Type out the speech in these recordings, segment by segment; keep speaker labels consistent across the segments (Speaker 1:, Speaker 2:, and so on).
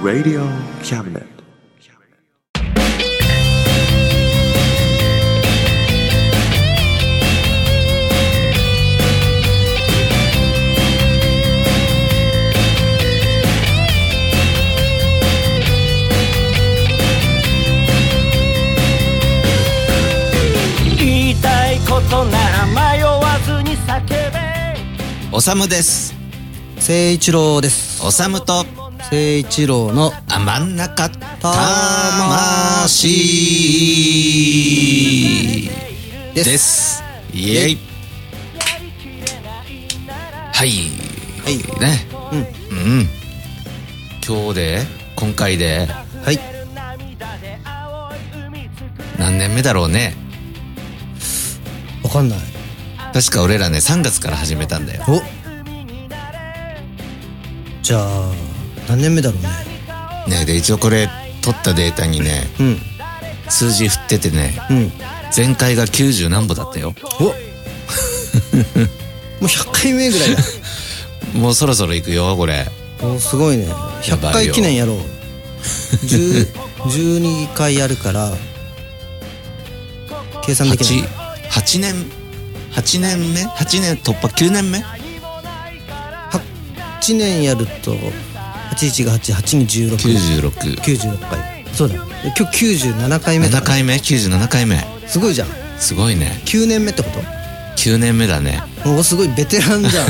Speaker 1: Radio Cabinet.
Speaker 2: 言いたいことなら迷わずに叫べ
Speaker 3: おさむです。
Speaker 4: 聖一郎です
Speaker 3: おさむと、
Speaker 4: 聖一郎の
Speaker 3: あまんなか魂
Speaker 4: です
Speaker 3: です。イエイ。はい。
Speaker 4: はい
Speaker 3: ね。うん。うん。今日で、今回で、
Speaker 4: はい
Speaker 3: 何年目だろうね。
Speaker 4: わかんない
Speaker 3: 確か俺らね、3月から始めたんだよ。
Speaker 4: おじゃあ何年目だろうね
Speaker 3: ね、で、一応これ、取ったデータにね、
Speaker 4: うん
Speaker 3: 数字振っててね、
Speaker 4: うん
Speaker 3: 前回が90何歩だったよ。
Speaker 4: おもう100回目ぐら いだ
Speaker 3: もうそろそろ行くよ、これ。
Speaker 4: おすごいね
Speaker 3: やばい
Speaker 4: 100回
Speaker 3: よ
Speaker 4: 記念やろう10 12回やるから計算でき
Speaker 3: 八
Speaker 4: ない
Speaker 3: 八年八年目八年突破九年目
Speaker 4: 8年やると81が88に
Speaker 3: 九
Speaker 4: 16
Speaker 3: 十六
Speaker 4: 九96回そうだ今日97回目だ
Speaker 3: 七回目九十七回目
Speaker 4: すごいじゃん
Speaker 3: すごいね
Speaker 4: 9年目ってこと
Speaker 3: 九年目だね
Speaker 4: おおすごいベテランじゃん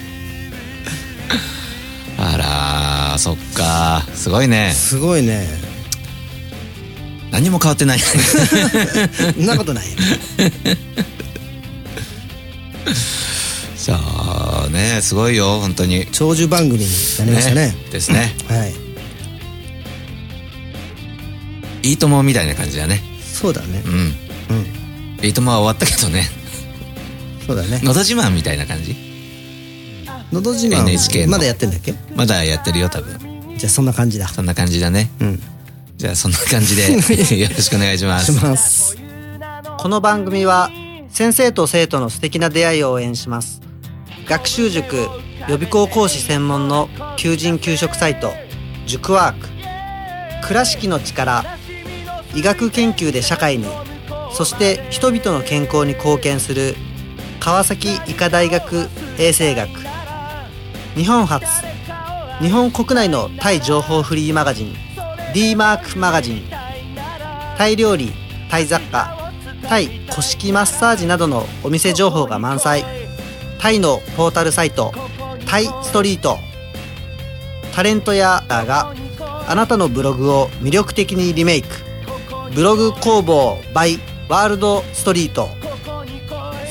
Speaker 3: あらーそっかーすごいね
Speaker 4: すごいね
Speaker 3: 何も変わって ない
Speaker 4: そんなことない
Speaker 3: じゃあねすごいよ本当に
Speaker 4: 長寿番組になりましたね
Speaker 3: ですね
Speaker 4: はい
Speaker 3: いいともみたいな感じだね
Speaker 4: そうだね
Speaker 3: うんうんいいともは終わったけどね
Speaker 4: そうだね
Speaker 3: のど自慢みたいな感じ
Speaker 4: のど自慢
Speaker 3: NHK の
Speaker 4: まだやってんだっけ
Speaker 3: まだやってるよ多分
Speaker 4: じゃあそんな感じだ
Speaker 3: そんな感じだね
Speaker 4: うん
Speaker 3: じゃあそんな感じでよろしくお願いします
Speaker 4: します
Speaker 5: この番組は先生と生徒の素敵な出会いを応援します学習塾予備校講師専門の求人・求職サイト塾ワーク倉敷の力医学研究で社会にそして人々の健康に貢献する川崎医科大学衛生学日本初日本国内のタイ情報フリーマガジン d マークマガジンタイ料理タイ雑貨タイ古式マッサージなどのお店情報が満載タイのポータルサイトタイストリートタレントやアーがあなたのブログを魅力的にリメイクブログ工房 by ワールドストリート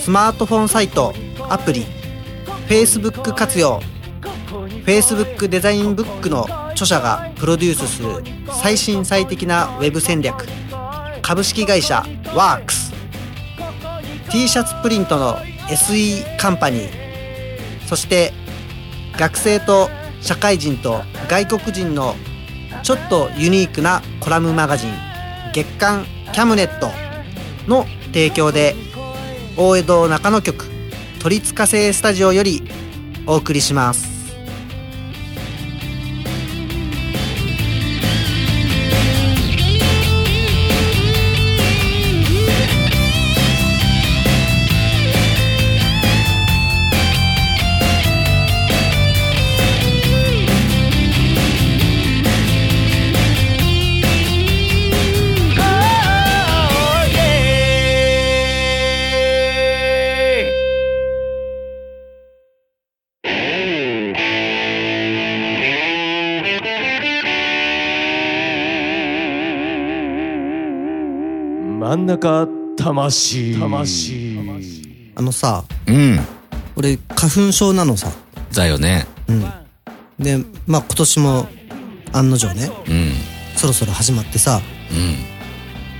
Speaker 5: スマートフォンサイトアプリ Facebook 活用 Facebook デザインブックの著者がプロデュースする最新最適なウェブ戦略株式会社ワークス t シャツプリントの SE カンパニーそして学生と社会人と外国人のちょっとユニークなコラムマガジン月刊キャムネットの提供で大江戸中野局都立火星スタジオよりお送りします。
Speaker 2: 真ん中魂魂
Speaker 4: あのさ
Speaker 3: うん
Speaker 4: 俺花粉症なのさ
Speaker 3: だよね
Speaker 4: でまあ今年も案の定ね
Speaker 3: うん
Speaker 4: そろそろ始まってさ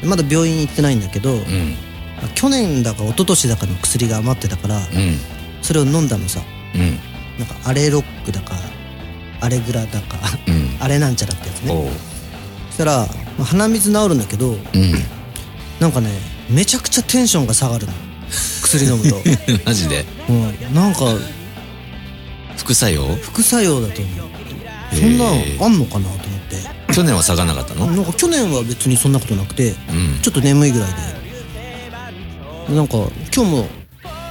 Speaker 3: うん
Speaker 4: まだ病院行ってないんだけど、
Speaker 3: うん
Speaker 4: 去年だか一昨年だかの薬が余ってたから
Speaker 3: うん
Speaker 4: それを飲んだのさ
Speaker 3: うん
Speaker 4: なんかアレロックだかアレグラだか
Speaker 3: うん
Speaker 4: アレなんちゃらってやつね
Speaker 3: おう
Speaker 4: そしたら、まあ鼻水治るんだけ ど
Speaker 3: う
Speaker 4: なんかねめちゃくちゃテンショ ンが下がるの薬飲むと、
Speaker 3: んマジで
Speaker 4: うん、なんか
Speaker 3: 副作用
Speaker 4: 副作用だと思うそんなの
Speaker 3: へー
Speaker 4: あんのかなと思って
Speaker 3: 去年は下がらなかったのうん
Speaker 4: なんか去年は別にそんなことなくてちょっと眠いぐらいでなんか今日も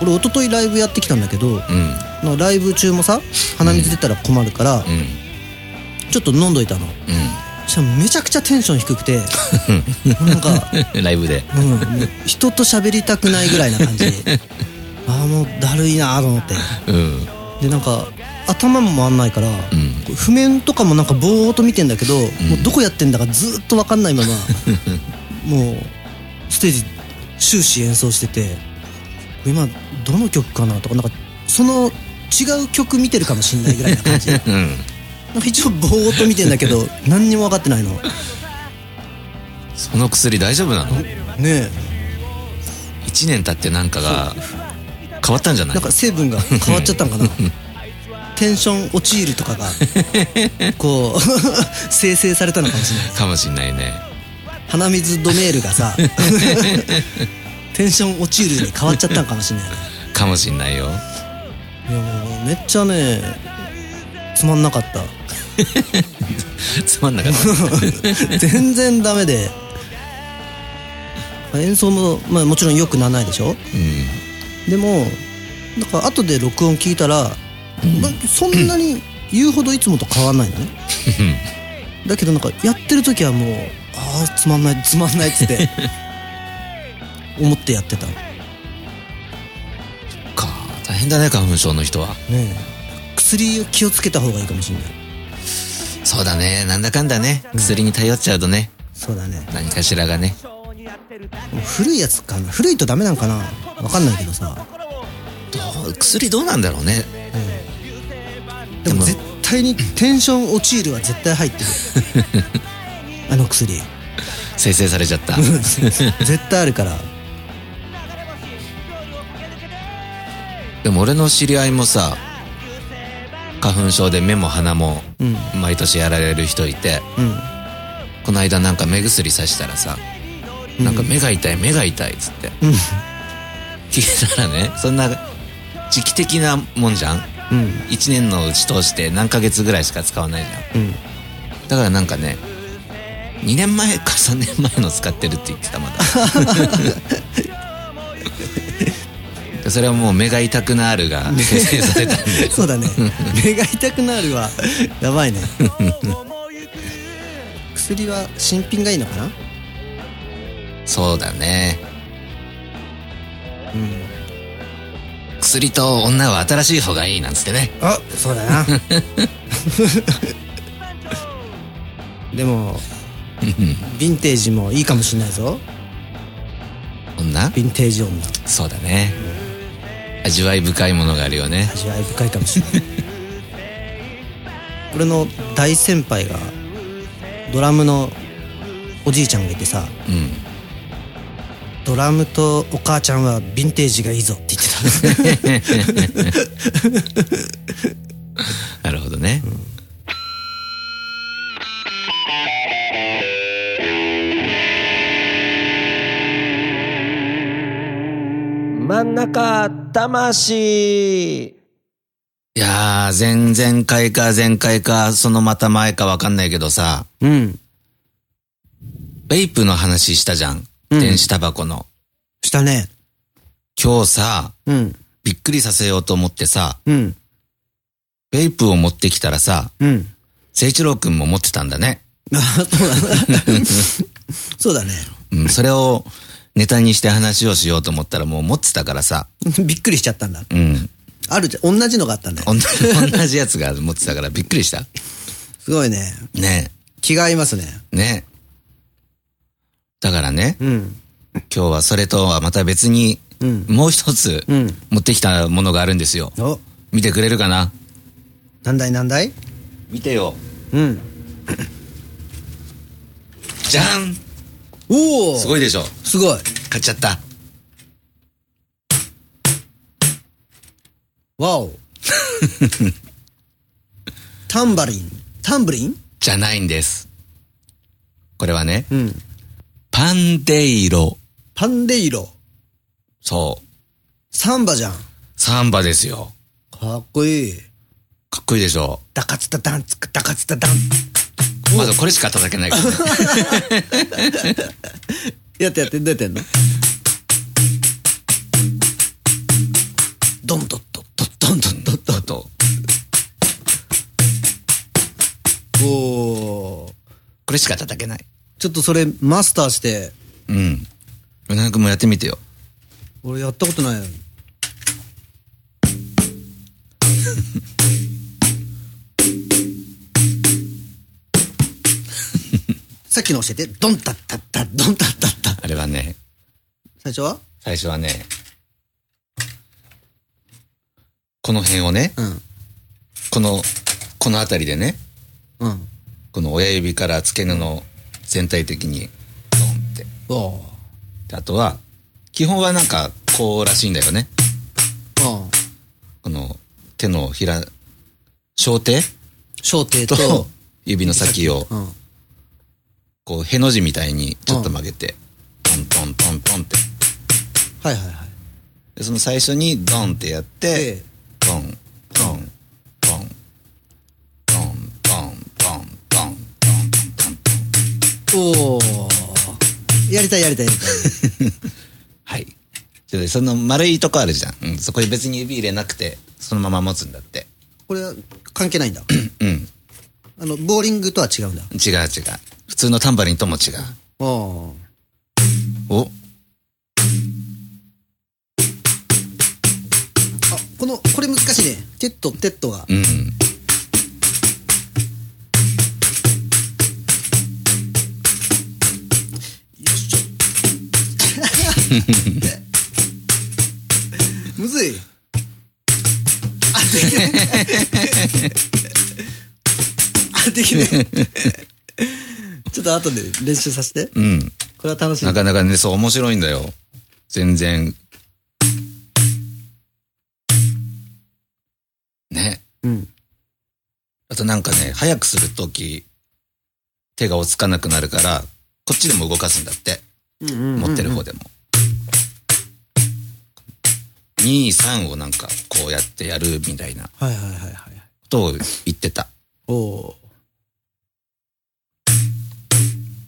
Speaker 4: 俺一昨日ライブやってきたんだけど
Speaker 3: うん
Speaker 4: なんかライブ中もさ鼻水出たら困るから
Speaker 3: うん
Speaker 4: ちょっと飲んどいたのそしたらめちゃくちゃテンション低 くてなんか
Speaker 3: うんライブで
Speaker 4: うん、人と喋りたくないぐらい な感じああもうだるいなーと思って
Speaker 3: うん
Speaker 4: でなんか頭も回んないから、
Speaker 3: ん
Speaker 4: こう譜面とかもなんかぼーっと見てんだけど、もうどこやってんだかずーっと分かんないま まもうステージ終始演奏してて今どの曲かなとかなんかその違う曲見てるかもしんないぐらいな感 じなんか
Speaker 3: うん
Speaker 4: 一応ぼーっと見てんだけど何にも分かってないのね
Speaker 3: その薬大丈夫なの
Speaker 4: え
Speaker 3: 1年経ってなんかが変わったんじゃない
Speaker 4: なんか成分が変わっちゃったん かなテンション陥るとかがこう 生成されたのかもしれない
Speaker 3: かもしんないね
Speaker 4: 鼻水ドメールがさテンション陥るに変わっちゃったんかもしれない
Speaker 3: かもしんないよ
Speaker 4: いやもうめっちゃねつまんなかった
Speaker 3: つまんなかった
Speaker 4: 全然ダメで演奏も、まあ、もちろん良くならないでしょ
Speaker 3: うん
Speaker 4: でもなんか後で録音聞いたら、まそんなに言うほどいつもと変わんないのねだけどなんかやってる時はもうああつまんないつまんないっつって思ってやってたね
Speaker 3: か大変だね花粉症の人は
Speaker 4: え薬を気をつけた方がいいかもしれない
Speaker 3: そうだねなんだかんだね薬に頼っちゃうとね
Speaker 4: そうだね
Speaker 3: 何かしらがね
Speaker 4: もう古いやつかな古いとダメなんかなわかんないけどさ、
Speaker 3: どう薬どうなんだろうね
Speaker 4: うん、でも絶対にテンション陥るは絶対入ってる あの薬
Speaker 3: 生成されちゃった
Speaker 4: 絶対あるから
Speaker 3: でも俺の知り合いもさ花粉症で目も鼻も
Speaker 4: うん
Speaker 3: 毎年やられる人いて、
Speaker 4: うん
Speaker 3: この間なんか目薬さしたらさ、なんか目が痛い目が痛いっつって、
Speaker 4: ん
Speaker 3: 聞いたらねそんな時期的なもんじゃん
Speaker 4: うん
Speaker 3: 1年のうち通して何ヶ月ぐらいしか使わないじゃん、
Speaker 4: うん
Speaker 3: だからなんかね2年前か3年前の使ってるって言ってたまだそれはもう目が痛くなるが生成されたんで
Speaker 4: そうだね目が痛くなるはやばいね薬は新品がいいのかな
Speaker 3: そうだね。薬と女は新しい方がいいなんつってね。
Speaker 4: あそうだな でもヴィンテージもいいかもしれないぞ
Speaker 3: 女
Speaker 4: ヴィンテージ女
Speaker 3: そうだね。味わい深いものがあるよね。
Speaker 4: 味わい深いかもしれ ない俺の大先輩がドラムのおじいちゃんがいてさ
Speaker 3: うん。
Speaker 4: ドラムとお母ちゃんはヴィンテージがいいぞって言ってた
Speaker 3: なるほどね。
Speaker 2: 真ん中魂
Speaker 3: いやー、前々回か前回か、そのまた前かわかんないけどさ、
Speaker 4: うん
Speaker 3: ベイプの話したじゃん。
Speaker 4: うん
Speaker 3: 電子タバコの。
Speaker 4: したね
Speaker 3: 今日さ、
Speaker 4: うん
Speaker 3: びっくりさせようと思ってさ、
Speaker 4: うん
Speaker 3: ベイプを持ってきたらさ、
Speaker 4: うん
Speaker 3: 聖一郎くんも持ってたんだね。
Speaker 4: あそうだなそうだね
Speaker 3: うん、それをネタにして話をしようと思ったらもう持ってたからさ、
Speaker 4: びっくりしちゃったんだ
Speaker 3: うん。
Speaker 4: あるじゃん同じのがあったんだよ
Speaker 3: 同じ 同じやつが持ってたからびっくりした。
Speaker 4: すごいね
Speaker 3: ね
Speaker 4: 気が合いますね
Speaker 3: え、ねえ。だからね、
Speaker 4: うん
Speaker 3: 今日はそれとはまた別に、もう一つ、
Speaker 4: ん
Speaker 3: 持ってきたものがあるんですよ。
Speaker 4: お
Speaker 3: 見てくれるかな
Speaker 4: なんだいなんだい
Speaker 3: 見てよ。
Speaker 4: うん
Speaker 3: じゃん
Speaker 4: おお
Speaker 3: すごいでしょ
Speaker 4: すごい
Speaker 3: 買っちゃった。
Speaker 4: わ おタンバリンタンブリン
Speaker 3: じゃないんです。これはね、
Speaker 4: ん
Speaker 3: パンデイロ。
Speaker 4: パンデイロ
Speaker 3: そう。
Speaker 4: サンバじゃん
Speaker 3: サンバですよ。
Speaker 4: かっこいい
Speaker 3: かっこいいでしょ。
Speaker 4: ダカツタダンツクダカツタダン
Speaker 3: まずこれしか叩けないからね。
Speaker 4: やってやってどうやってやんのドンドッドッドッドンドッドッドッ
Speaker 3: と。
Speaker 4: おー
Speaker 3: これしか叩けない。
Speaker 4: ちょっとそれマスターして
Speaker 3: うん。うなくんもやってみてよ。
Speaker 4: 俺やったことないの さっきの教えてドンタッタッタドンタッタッタ
Speaker 3: あれはね、
Speaker 4: 最初は
Speaker 3: 最初はね、この辺をね、
Speaker 4: うん
Speaker 3: この、この辺りでね、
Speaker 4: うん
Speaker 3: この親指から付け根の全体的に、ドンって。
Speaker 4: おー
Speaker 3: であとは、基本はなんか、こうらしいんだよね。
Speaker 4: うん
Speaker 3: この、手のひら、小手
Speaker 4: 小手と
Speaker 3: と、指の先を、
Speaker 4: うん
Speaker 3: こう、への字みたいにちょっと曲げて、トントントントンって。
Speaker 4: はいはいはい
Speaker 3: でその最初にドンってやって
Speaker 4: え、
Speaker 3: ドン、ドン、ドン、ドン、ドン、ドン、ドン、ドン、ドン、ドン、
Speaker 4: おおやりたいやりたいやりたい
Speaker 3: はい。で、その丸いとこあるじゃん。うん、そこに別に指入れなくて、そのまま持つんだって。
Speaker 4: これは関係ないんだ
Speaker 3: うん。
Speaker 4: あのボーリングとは違うんだ
Speaker 3: 違う違う。普通のタンバリンとも違う。
Speaker 4: おー
Speaker 3: お
Speaker 4: あこのこれ難しいねテッドテッドが
Speaker 3: うん。
Speaker 4: むずいあできねえあできねえちょっと後で練習させて
Speaker 3: うん。
Speaker 4: これは楽しい
Speaker 3: なかなかね、そう面白いんだよ。全然。ね。
Speaker 4: うん
Speaker 3: あとなんかね、早くするとき、手が落ち着かなくなるから、こっちでも動かすんだって。持ってる方でも。2、3をなんか、こうやってやるみたいなこ
Speaker 4: はいはいはいはい
Speaker 3: とを言ってた。
Speaker 4: おお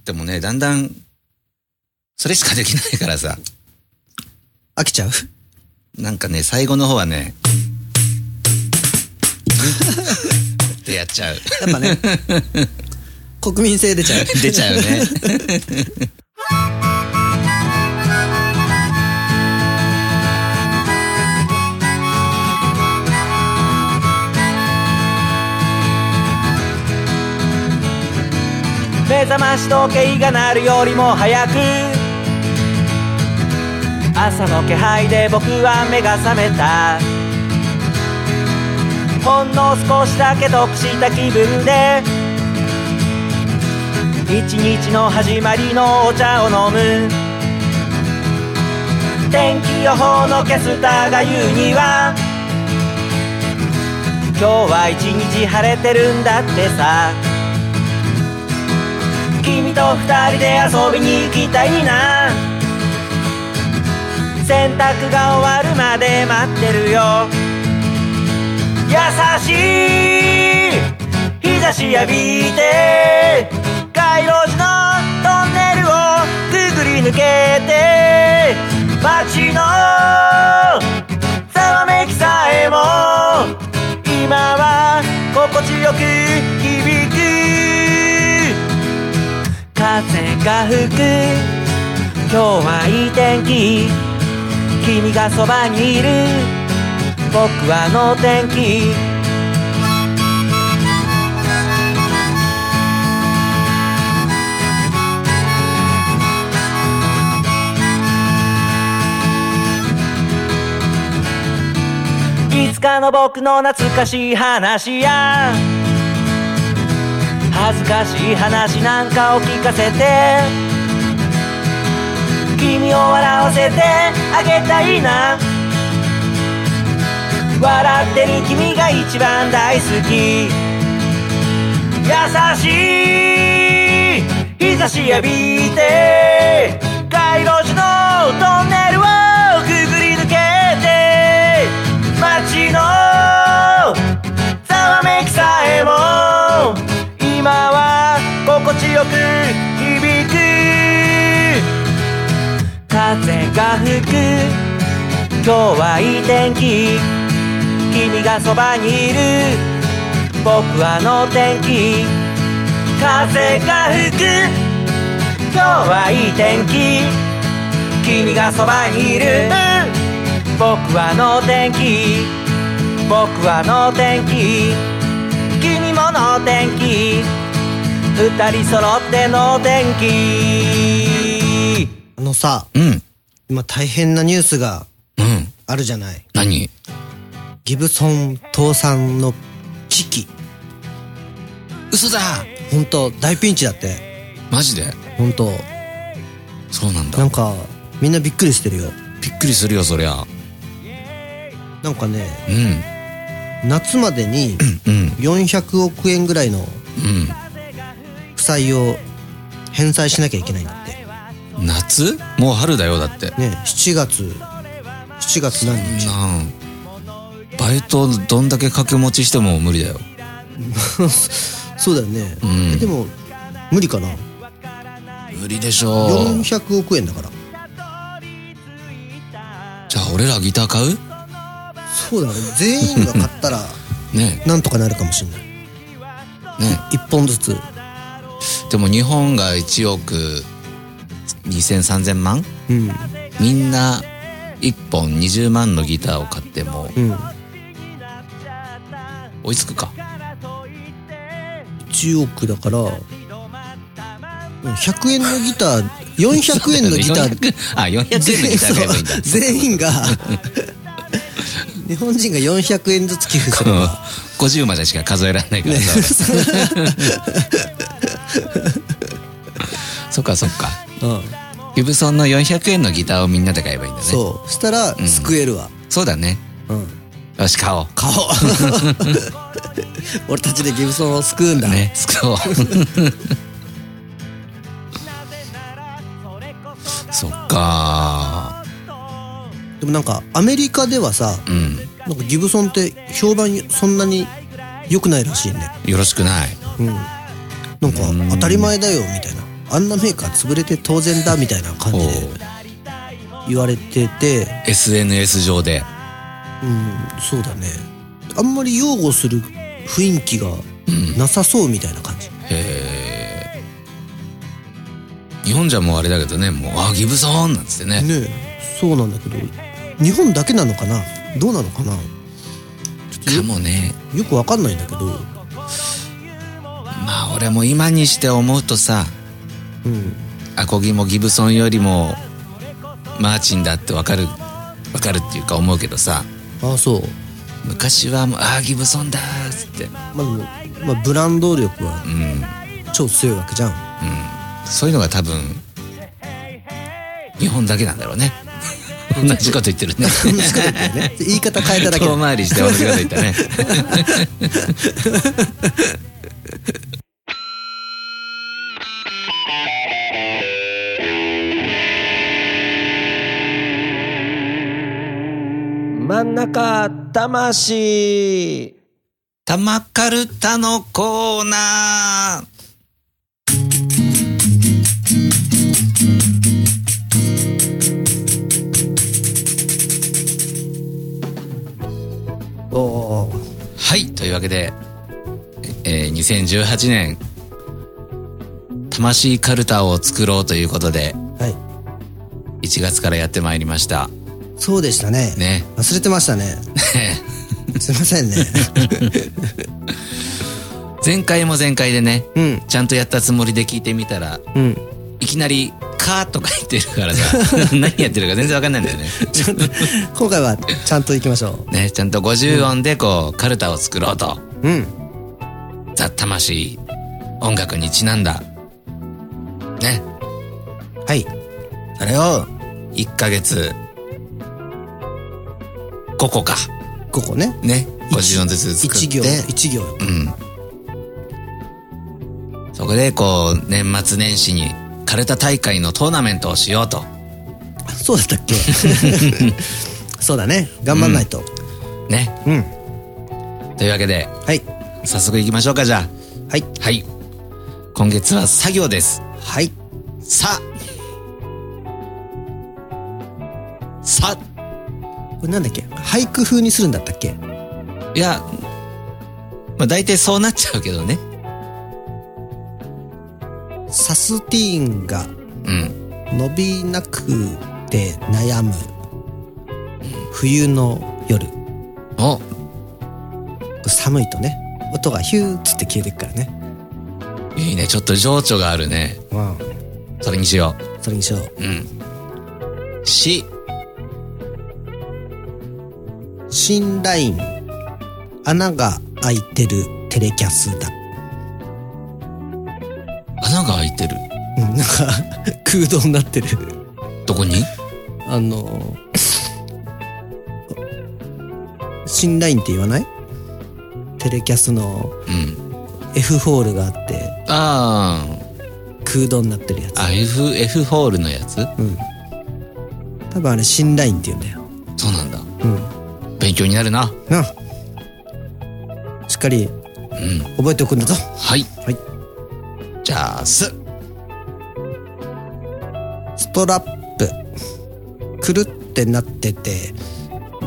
Speaker 3: でもね、だんだん、それしかできないからさ、
Speaker 4: ー飽きちゃう
Speaker 3: なんかね、最後の方はね、 ってやっ ちゃう。
Speaker 4: やっぱね国民性出ちゃう
Speaker 3: 出ちゃうね。
Speaker 2: 目覚まし時計が鳴るよりも早く朝の気配で僕は目が覚めたほんの少しだけ得した気分で一日の始まりのお茶を飲む天気予報のキャスターが言うには今日は一日晴れてるんだってさ君と二人で遊びに行きたいな洗濯が終わるまで待ってるよ優しい日差し浴びて街路樹のトンネルをくぐり抜けて街のざわめきさえも今は心地よく響く風が吹く今日はいい天気君がそばにいる僕はの天気いつかの僕の懐かしい話や恥ずかしい話なんかを聞かせて君を笑わせてあげたいな笑ってる君が一番大好き優しい日差し浴びて街路樹のトンネルをくぐり抜けて街のざわ吹く今日はいい天気君がそばにいる僕はの天気風が吹く今日はいい天気君がそばにいる僕はの天気僕はの天気君もの天気二人揃っての天気
Speaker 4: あのさ、
Speaker 3: うん。
Speaker 4: 今大変なニュースが
Speaker 3: うん。
Speaker 4: あるじゃない。
Speaker 3: 何
Speaker 4: ギブソン倒産の危機。
Speaker 3: 嘘だ
Speaker 4: 本当大ピンチだって。
Speaker 3: マジで
Speaker 4: 本当
Speaker 3: そうなんだ。
Speaker 4: なんか、みんなびっくりしてるよ。
Speaker 3: びっくりするよ、そりゃ。
Speaker 4: なんかね、
Speaker 3: うん。
Speaker 4: 夏までに
Speaker 3: うん。
Speaker 4: 400億円ぐらいの負債を返済しなきゃいけないんだって。
Speaker 3: うん。夏もう春だよ、だって。
Speaker 4: ね、7月、7月何日
Speaker 3: なんバイトどんだけ掛け持ちしても無理だよ。
Speaker 4: そうだよね、
Speaker 3: ん
Speaker 4: えでも無理かな
Speaker 3: 無理でしょう。
Speaker 4: 400億円だから
Speaker 3: じゃあ俺らギター買う
Speaker 4: そうだね全員が買ったら
Speaker 3: ね
Speaker 4: なんとかなるかもしれない
Speaker 3: え。ね
Speaker 4: 1本ずつ
Speaker 3: え。でも日本が1億2000、3000万
Speaker 4: うん
Speaker 3: みんな1本20万のギターを買っても
Speaker 4: うん
Speaker 3: 追いつくか。
Speaker 4: 1億だからうん100円のギター400円のギター
Speaker 3: あ、400円のギター買えばいいんだ
Speaker 4: そう。全員が日本人が400円ずつ寄付す
Speaker 3: こ
Speaker 4: る
Speaker 3: の50までしか数えられないからさ、 そっかそっか
Speaker 4: うん、
Speaker 3: ギブソンの400円のギターをみんなで買えばいいんだねそう
Speaker 4: そうしたら救えるわ、
Speaker 3: だね
Speaker 4: うん、
Speaker 3: よし買おう
Speaker 4: 顔俺たちでギブソンを救うんだ、
Speaker 3: ね 買おうそっか
Speaker 4: でもなんかアメリカではさ
Speaker 3: うん
Speaker 4: なんかギブソンって評判そんなに良くないらしいね
Speaker 3: よろしくない
Speaker 4: うんなんか当たり前だよみたいなあんなメーカー潰れて当然だみたいな感
Speaker 3: お
Speaker 4: じ
Speaker 3: う
Speaker 4: で言われてて
Speaker 3: SNS 上で
Speaker 4: うんそうだねあんまり擁護する雰囲気がなさそうみたいな感じ、
Speaker 3: へー日本じゃもうあれだけどねもうあギブソンなんつってね
Speaker 4: ねえそうなんだけど日本だけなのかなどうなのかな
Speaker 3: かもね
Speaker 4: よくわかんないんだけど
Speaker 3: まあ俺も今にして思うとさ
Speaker 4: うん
Speaker 3: アコギもギブソンよりもマーチンだってわかるわかるっていうか思うけどさ
Speaker 4: ああそう
Speaker 3: 昔はもう「ああギブソンだ」っつって
Speaker 4: まあでも、まあ、ブランド力は
Speaker 3: うん
Speaker 4: 超強いわけ じゃん
Speaker 3: そういうのが多分日本だけなんだろう ね同じこと言ってるね
Speaker 4: 言い方 変えただけだ
Speaker 3: 遠回りして同じこと言ったね
Speaker 2: 真ん中魂
Speaker 3: 玉かるたのコーナー
Speaker 4: おお
Speaker 3: はい、というわけで、えー2018年、魂カルタを作ろうということで、
Speaker 4: はい
Speaker 3: 1月からやってまいりました。
Speaker 4: そうでしたね
Speaker 3: ね。
Speaker 4: 忘れてました ねすいませんね
Speaker 3: 前回も前回でね、
Speaker 4: うん
Speaker 3: ちゃんとやったつもりで聞いてみたら、
Speaker 4: うん
Speaker 3: いきなり、カーとか言ってるからさ、 何やってるか全然わかんないんだよね。
Speaker 4: 今回はちゃんといきましょ
Speaker 3: ね、ちゃんと50音でこう、カルタを作ろうと。
Speaker 4: ううん
Speaker 3: ザ・魂、音楽にちなんだ。ね。
Speaker 4: はい
Speaker 3: あれを、1ヶ月、5個か。
Speaker 4: ここね
Speaker 3: ね。50音ずつ作って。
Speaker 4: 一行一行
Speaker 3: うん。そこで、こう、年末年始に、カルタ大会のトーナメントをしようと。
Speaker 4: そうだったっけそうだね頑張んないと
Speaker 3: ね。
Speaker 4: うん、
Speaker 3: というわけで、
Speaker 4: はい
Speaker 3: 早速行きましょうか、じゃ
Speaker 4: はい
Speaker 3: あ。はい。今月は作業です。
Speaker 4: はい
Speaker 3: さあさ、
Speaker 4: これなんだっけ俳句風にするんだったっけ
Speaker 3: いや、まあ大体そうなっちゃうけどね。
Speaker 4: サスティーンが
Speaker 3: うん。
Speaker 4: 伸びなくて悩む冬の夜こ
Speaker 3: お、
Speaker 4: れ寒いとね音がヒューッつって消えてくからね
Speaker 3: いいね。ちょっと情緒があるね。
Speaker 4: うん
Speaker 3: それにしよ
Speaker 4: それにしよ
Speaker 3: う。うん。し、
Speaker 4: う新ライン穴が開いてるテレキャスだ
Speaker 3: 穴が開いてる。
Speaker 4: うんなんか 空洞になってる
Speaker 3: どこに
Speaker 4: あの新ラインって言わないテレキャスの
Speaker 3: うん。
Speaker 4: F ホールがあって
Speaker 3: あ
Speaker 4: 空洞になってるやつ
Speaker 3: あ、あ、F、F ホールのやつ
Speaker 4: 多分あれ新ラインって言うんだよ
Speaker 3: そうなんだ。
Speaker 4: うん
Speaker 3: 勉強になるな。
Speaker 4: なあしっかり
Speaker 3: うん。
Speaker 4: 覚えておくんだぞ
Speaker 3: はい。
Speaker 4: はい
Speaker 3: じゃあ、す。
Speaker 4: ストラップくるってなってて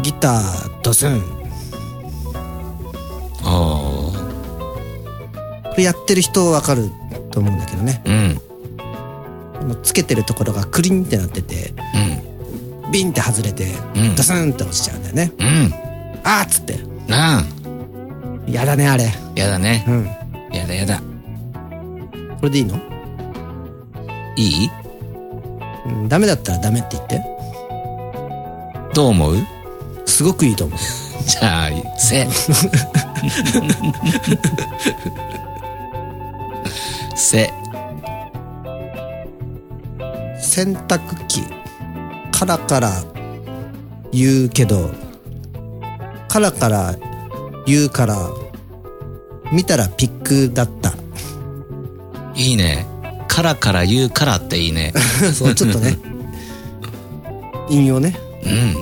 Speaker 4: ギタードスン
Speaker 3: おー。
Speaker 4: これやってる人わかると思うんだけどね
Speaker 3: うん。
Speaker 4: このつけてるところがクリンってなってて
Speaker 3: うん。
Speaker 4: ビンって外れて
Speaker 3: うん
Speaker 4: ドスンって落ちちゃうんだよね
Speaker 3: うん。
Speaker 4: あーっつって
Speaker 3: なあ。
Speaker 4: やだねあれ
Speaker 3: やだね。
Speaker 4: うん
Speaker 3: やだやだ。
Speaker 4: これでいいの、
Speaker 3: いい
Speaker 4: うん、ダメだったらダメって言って
Speaker 3: どう思う
Speaker 4: すごくいいと思う
Speaker 3: じゃあ、せ。 せ。
Speaker 4: 洗濯機カラカラ言うけどカラカラ言うから見たらピックだった
Speaker 3: いいね。カラカラ言うからっていいね。
Speaker 4: そうちょっとね引用ね
Speaker 3: うん。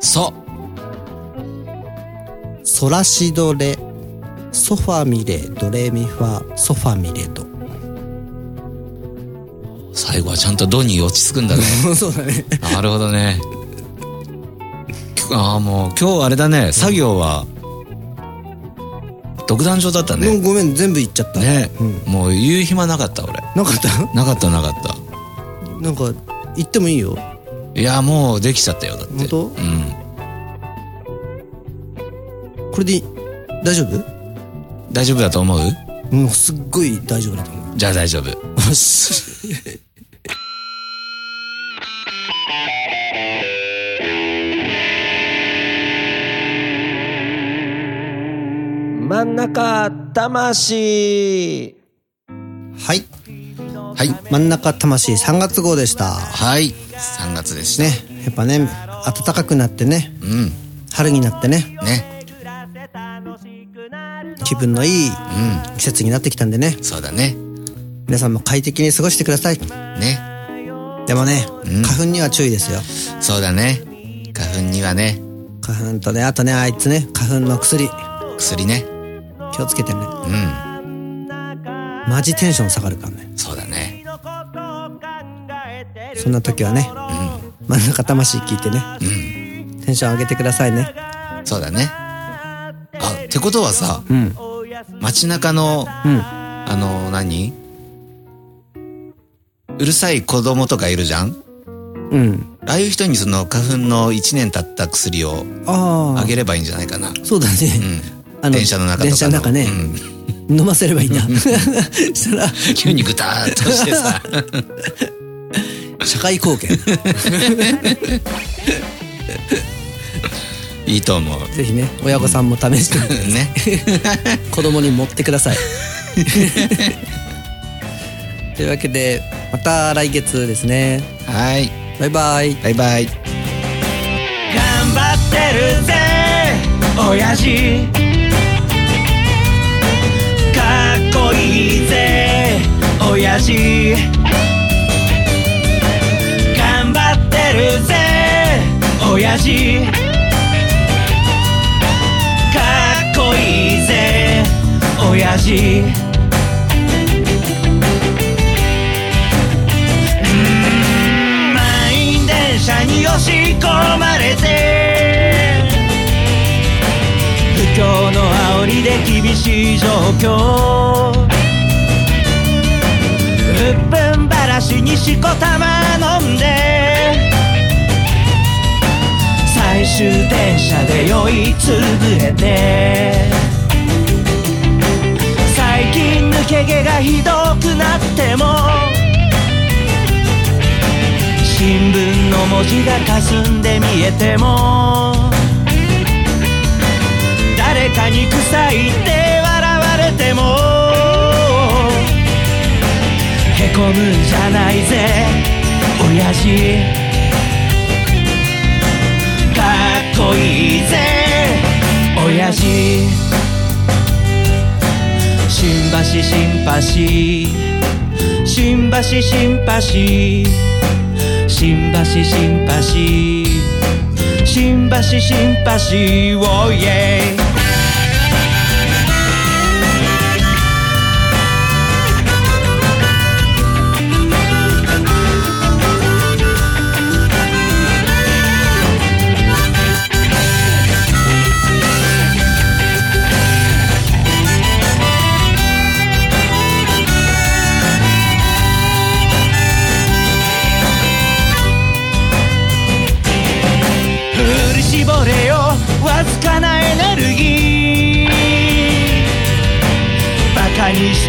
Speaker 3: そ。
Speaker 4: ソラシドレソファミレドレミファソファミレド
Speaker 3: 最後はちゃんとドに落ち着くんだね。
Speaker 4: そうだね
Speaker 3: なるほどね。ああ、もう今日あれだね。作業は、独壇場だった
Speaker 4: もう
Speaker 3: ね。
Speaker 4: ごめん全部言っちゃった
Speaker 3: ね、
Speaker 4: うん
Speaker 3: もう言う暇なかった、俺。
Speaker 4: なかった
Speaker 3: なかったなかった。
Speaker 4: なんか言ってもいいよ
Speaker 3: いや、もうできちゃったよ、だって。
Speaker 4: 本当
Speaker 3: うん。
Speaker 4: これでいい大丈夫
Speaker 3: 大丈夫だと思う
Speaker 4: もうすっごい大丈夫だと思う
Speaker 3: じゃあ大丈夫。
Speaker 4: よし
Speaker 2: 真ん中魂
Speaker 4: はい
Speaker 3: はい。
Speaker 4: 真ん中魂3月号でした
Speaker 3: はい。3月です
Speaker 4: ね
Speaker 3: ね。
Speaker 4: やっぱね暖かくなってね
Speaker 3: うん。
Speaker 4: 春になってね
Speaker 3: ね。
Speaker 4: 気分のいい季節になってきたんでね
Speaker 3: そうだね。
Speaker 4: 皆さんも快適に過ごしてください
Speaker 3: ね。
Speaker 4: でもね、
Speaker 3: うん
Speaker 4: 花粉には注意ですよ
Speaker 3: そうだね。花粉にはね、
Speaker 4: 花粉とねあとねあいつね花粉の薬
Speaker 3: 薬ね。
Speaker 4: 気をつけてね
Speaker 3: うん。
Speaker 4: マジテンション下がるからね
Speaker 3: そうだね。
Speaker 4: そんな時はね
Speaker 3: う
Speaker 4: 真ん中魂聞いてね
Speaker 3: ん。うん。
Speaker 4: テンション上げてくださいね
Speaker 3: そうだね。あ、ってことはさ、
Speaker 4: うん
Speaker 3: 街中の、
Speaker 4: うん
Speaker 3: あの、何うるさい子供とかいるじゃん
Speaker 4: うん
Speaker 3: ああいう人にその花粉の1年経った薬を
Speaker 4: あ
Speaker 3: あ
Speaker 4: あ
Speaker 3: げればいいんじゃないかな。
Speaker 4: そうだ
Speaker 3: う
Speaker 4: ね、
Speaker 3: ん。
Speaker 4: あの
Speaker 3: 電車の中とかの。
Speaker 4: 電車の中ね
Speaker 3: うん
Speaker 4: 飲ませればいいんだ したら
Speaker 3: 急にグターっとして さ。
Speaker 4: 社会貢献
Speaker 3: いいと思う。
Speaker 4: ぜひね親御さんも試してみて
Speaker 3: ね。
Speaker 4: 子供に持ってく ださいというわけでまた来月ですね
Speaker 3: はい。
Speaker 4: バイバイ
Speaker 3: バイバイ。
Speaker 2: 頑張ってるぜ親父かっこいいぜ親父頑張ってるぜ親父かっこいいぜ親父満員電
Speaker 5: し込まれて不況の煽りで厳しい状況うっぷんばらしにしこたま飲んで最終電車で酔いつぶれて最近抜け毛がひどくなっても新聞の文字が霞んで見えても誰かに臭いって笑われてもへこむんじゃないぜ親父かっこいいぜ親父新橋新橋新橋新橋新橋新橋新橋新橋をイエイ振り絞れよわずかなエネルギーバカにし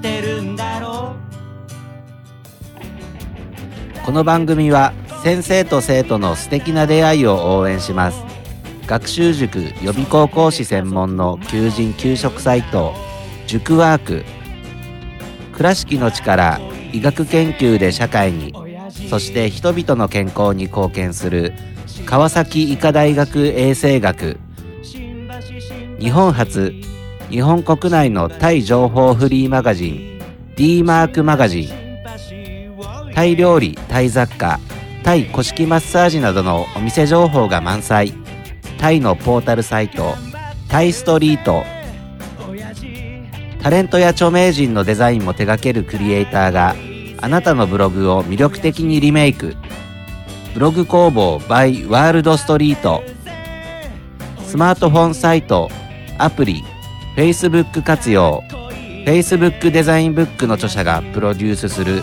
Speaker 5: てるんだろうこの番組は先生と生徒の素敵な出会いを応援します学習塾予備校講師専門の求人・給食サイト塾ワーク倉敷の力医学研究で社会にそして人々の健康に貢献する川崎医科大学衛生学日本初日本国内のタイ情報フリーマガジン D マークマガジンタイ料理タイ雑貨タイ古式マッサージなどのお店情報が満載タイのポータルサイトタイストリートタレントや著名人のデザインも手掛けるクリエイターがあなたのブログを魅力的にリメイクブログ工房 by ワールドストリートスマートフォンサイトアプリ Facebook 活用 Facebook デザインブックの著者がプロデュースする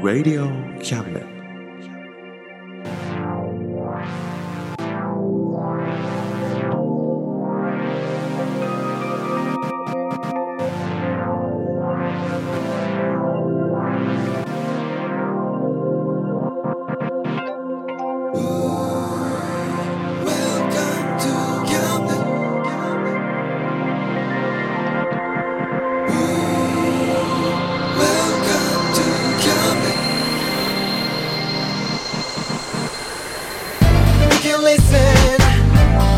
Speaker 1: Radio Cabinet.
Speaker 4: We can listen,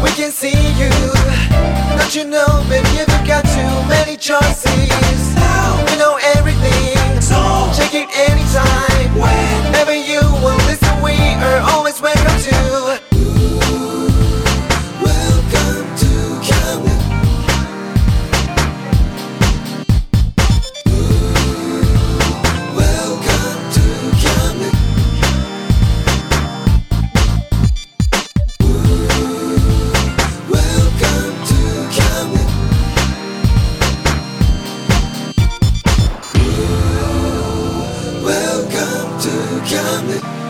Speaker 4: we can see you. Don't you know, baby, you've got too many choices. We know everything, so check it anytime. Whenever you will listen, we are always welcome to. Welcome to Camden. Welcome to Camden. Welcome to Camden.
Speaker 6: I'm the